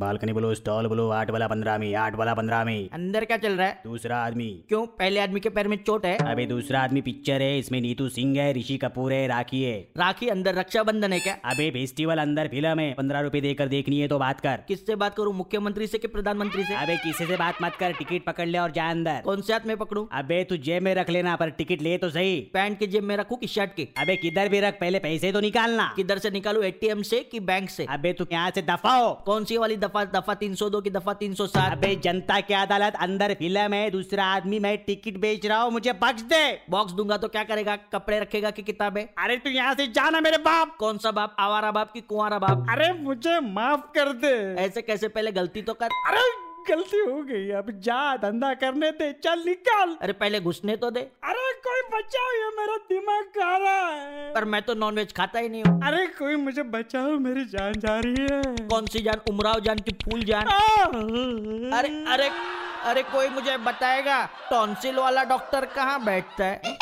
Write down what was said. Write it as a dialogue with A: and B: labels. A: Balcony बोलो stall बोलो आठ वाला पंद्रह में आठ वाला पंद्रह में
B: अंदर क्या चल रहा है
A: दूसरा आदमी
B: क्यों पहले आदमी के पैर में चोट है
A: अबे दूसरा आदमी पिक्चर है इसमें नीतू सिंह है ऋषि कपूर है राखी है
B: राखी अंदर रक्षाबंधन है क्या
A: अबे फेस्टिवल अंदर फिल्म है पंद्रह रुपए देकर देखनी है तो बात कर
B: किससे बात करूं मुख्यमंत्री से कि प्रधानमंत्री से
A: अबे किसी से बात मत कर टिकट पकड़ ले और जा अंदर
B: कौन से हाथ में पकड़ूं
A: अबे तू जेब में रख लेना पर टिकट ले तो सही
B: पैंट की जेब में रखूं कि शर्ट की
A: अबे किधर भी रख पहले पैसे तो निकालना
B: किधर से निकालूं एटीएम से कि बैंक से
A: अबे तू यहाँ से दफा हो
B: कौन सी वाली दफा दफा 302 की दफा 307
A: अबे जनता की अदालत अंदर फिल्म है दूसरा आदमी मैं टिकट बेच रहा हूँ मुझे बख्श दे
B: बॉक्स दूंगा तो क्या करेगा कपड़े रखेगा कि किताबें
A: अरे तू यहाँ से जाना मेरे बाप
B: कौन सा बाप आवारा बाप कि कुंवारा बाप
A: अरे मुझे माफ कर दे
B: ऐसे कैसे पहले गलती तो कर
A: अरे गलती हो गई अब जा धंधा करने दे चल निकाल
B: अरे पहले घुसने तो दे
A: अरे कोई बचाओ ये मेरा दिमाग खा रहा है
B: पर मैं तो नॉनवेज खाता ही नहीं हूँ
A: अरे कोई मुझे बचाओ मेरी जान जा रही है
B: कौन सी जान उमराव जान की फूल जान
A: आ!
B: अरे अरे अरे कोई मुझे बताएगा टॉन्सिल वाला डॉक्टर कहाँ बैठता है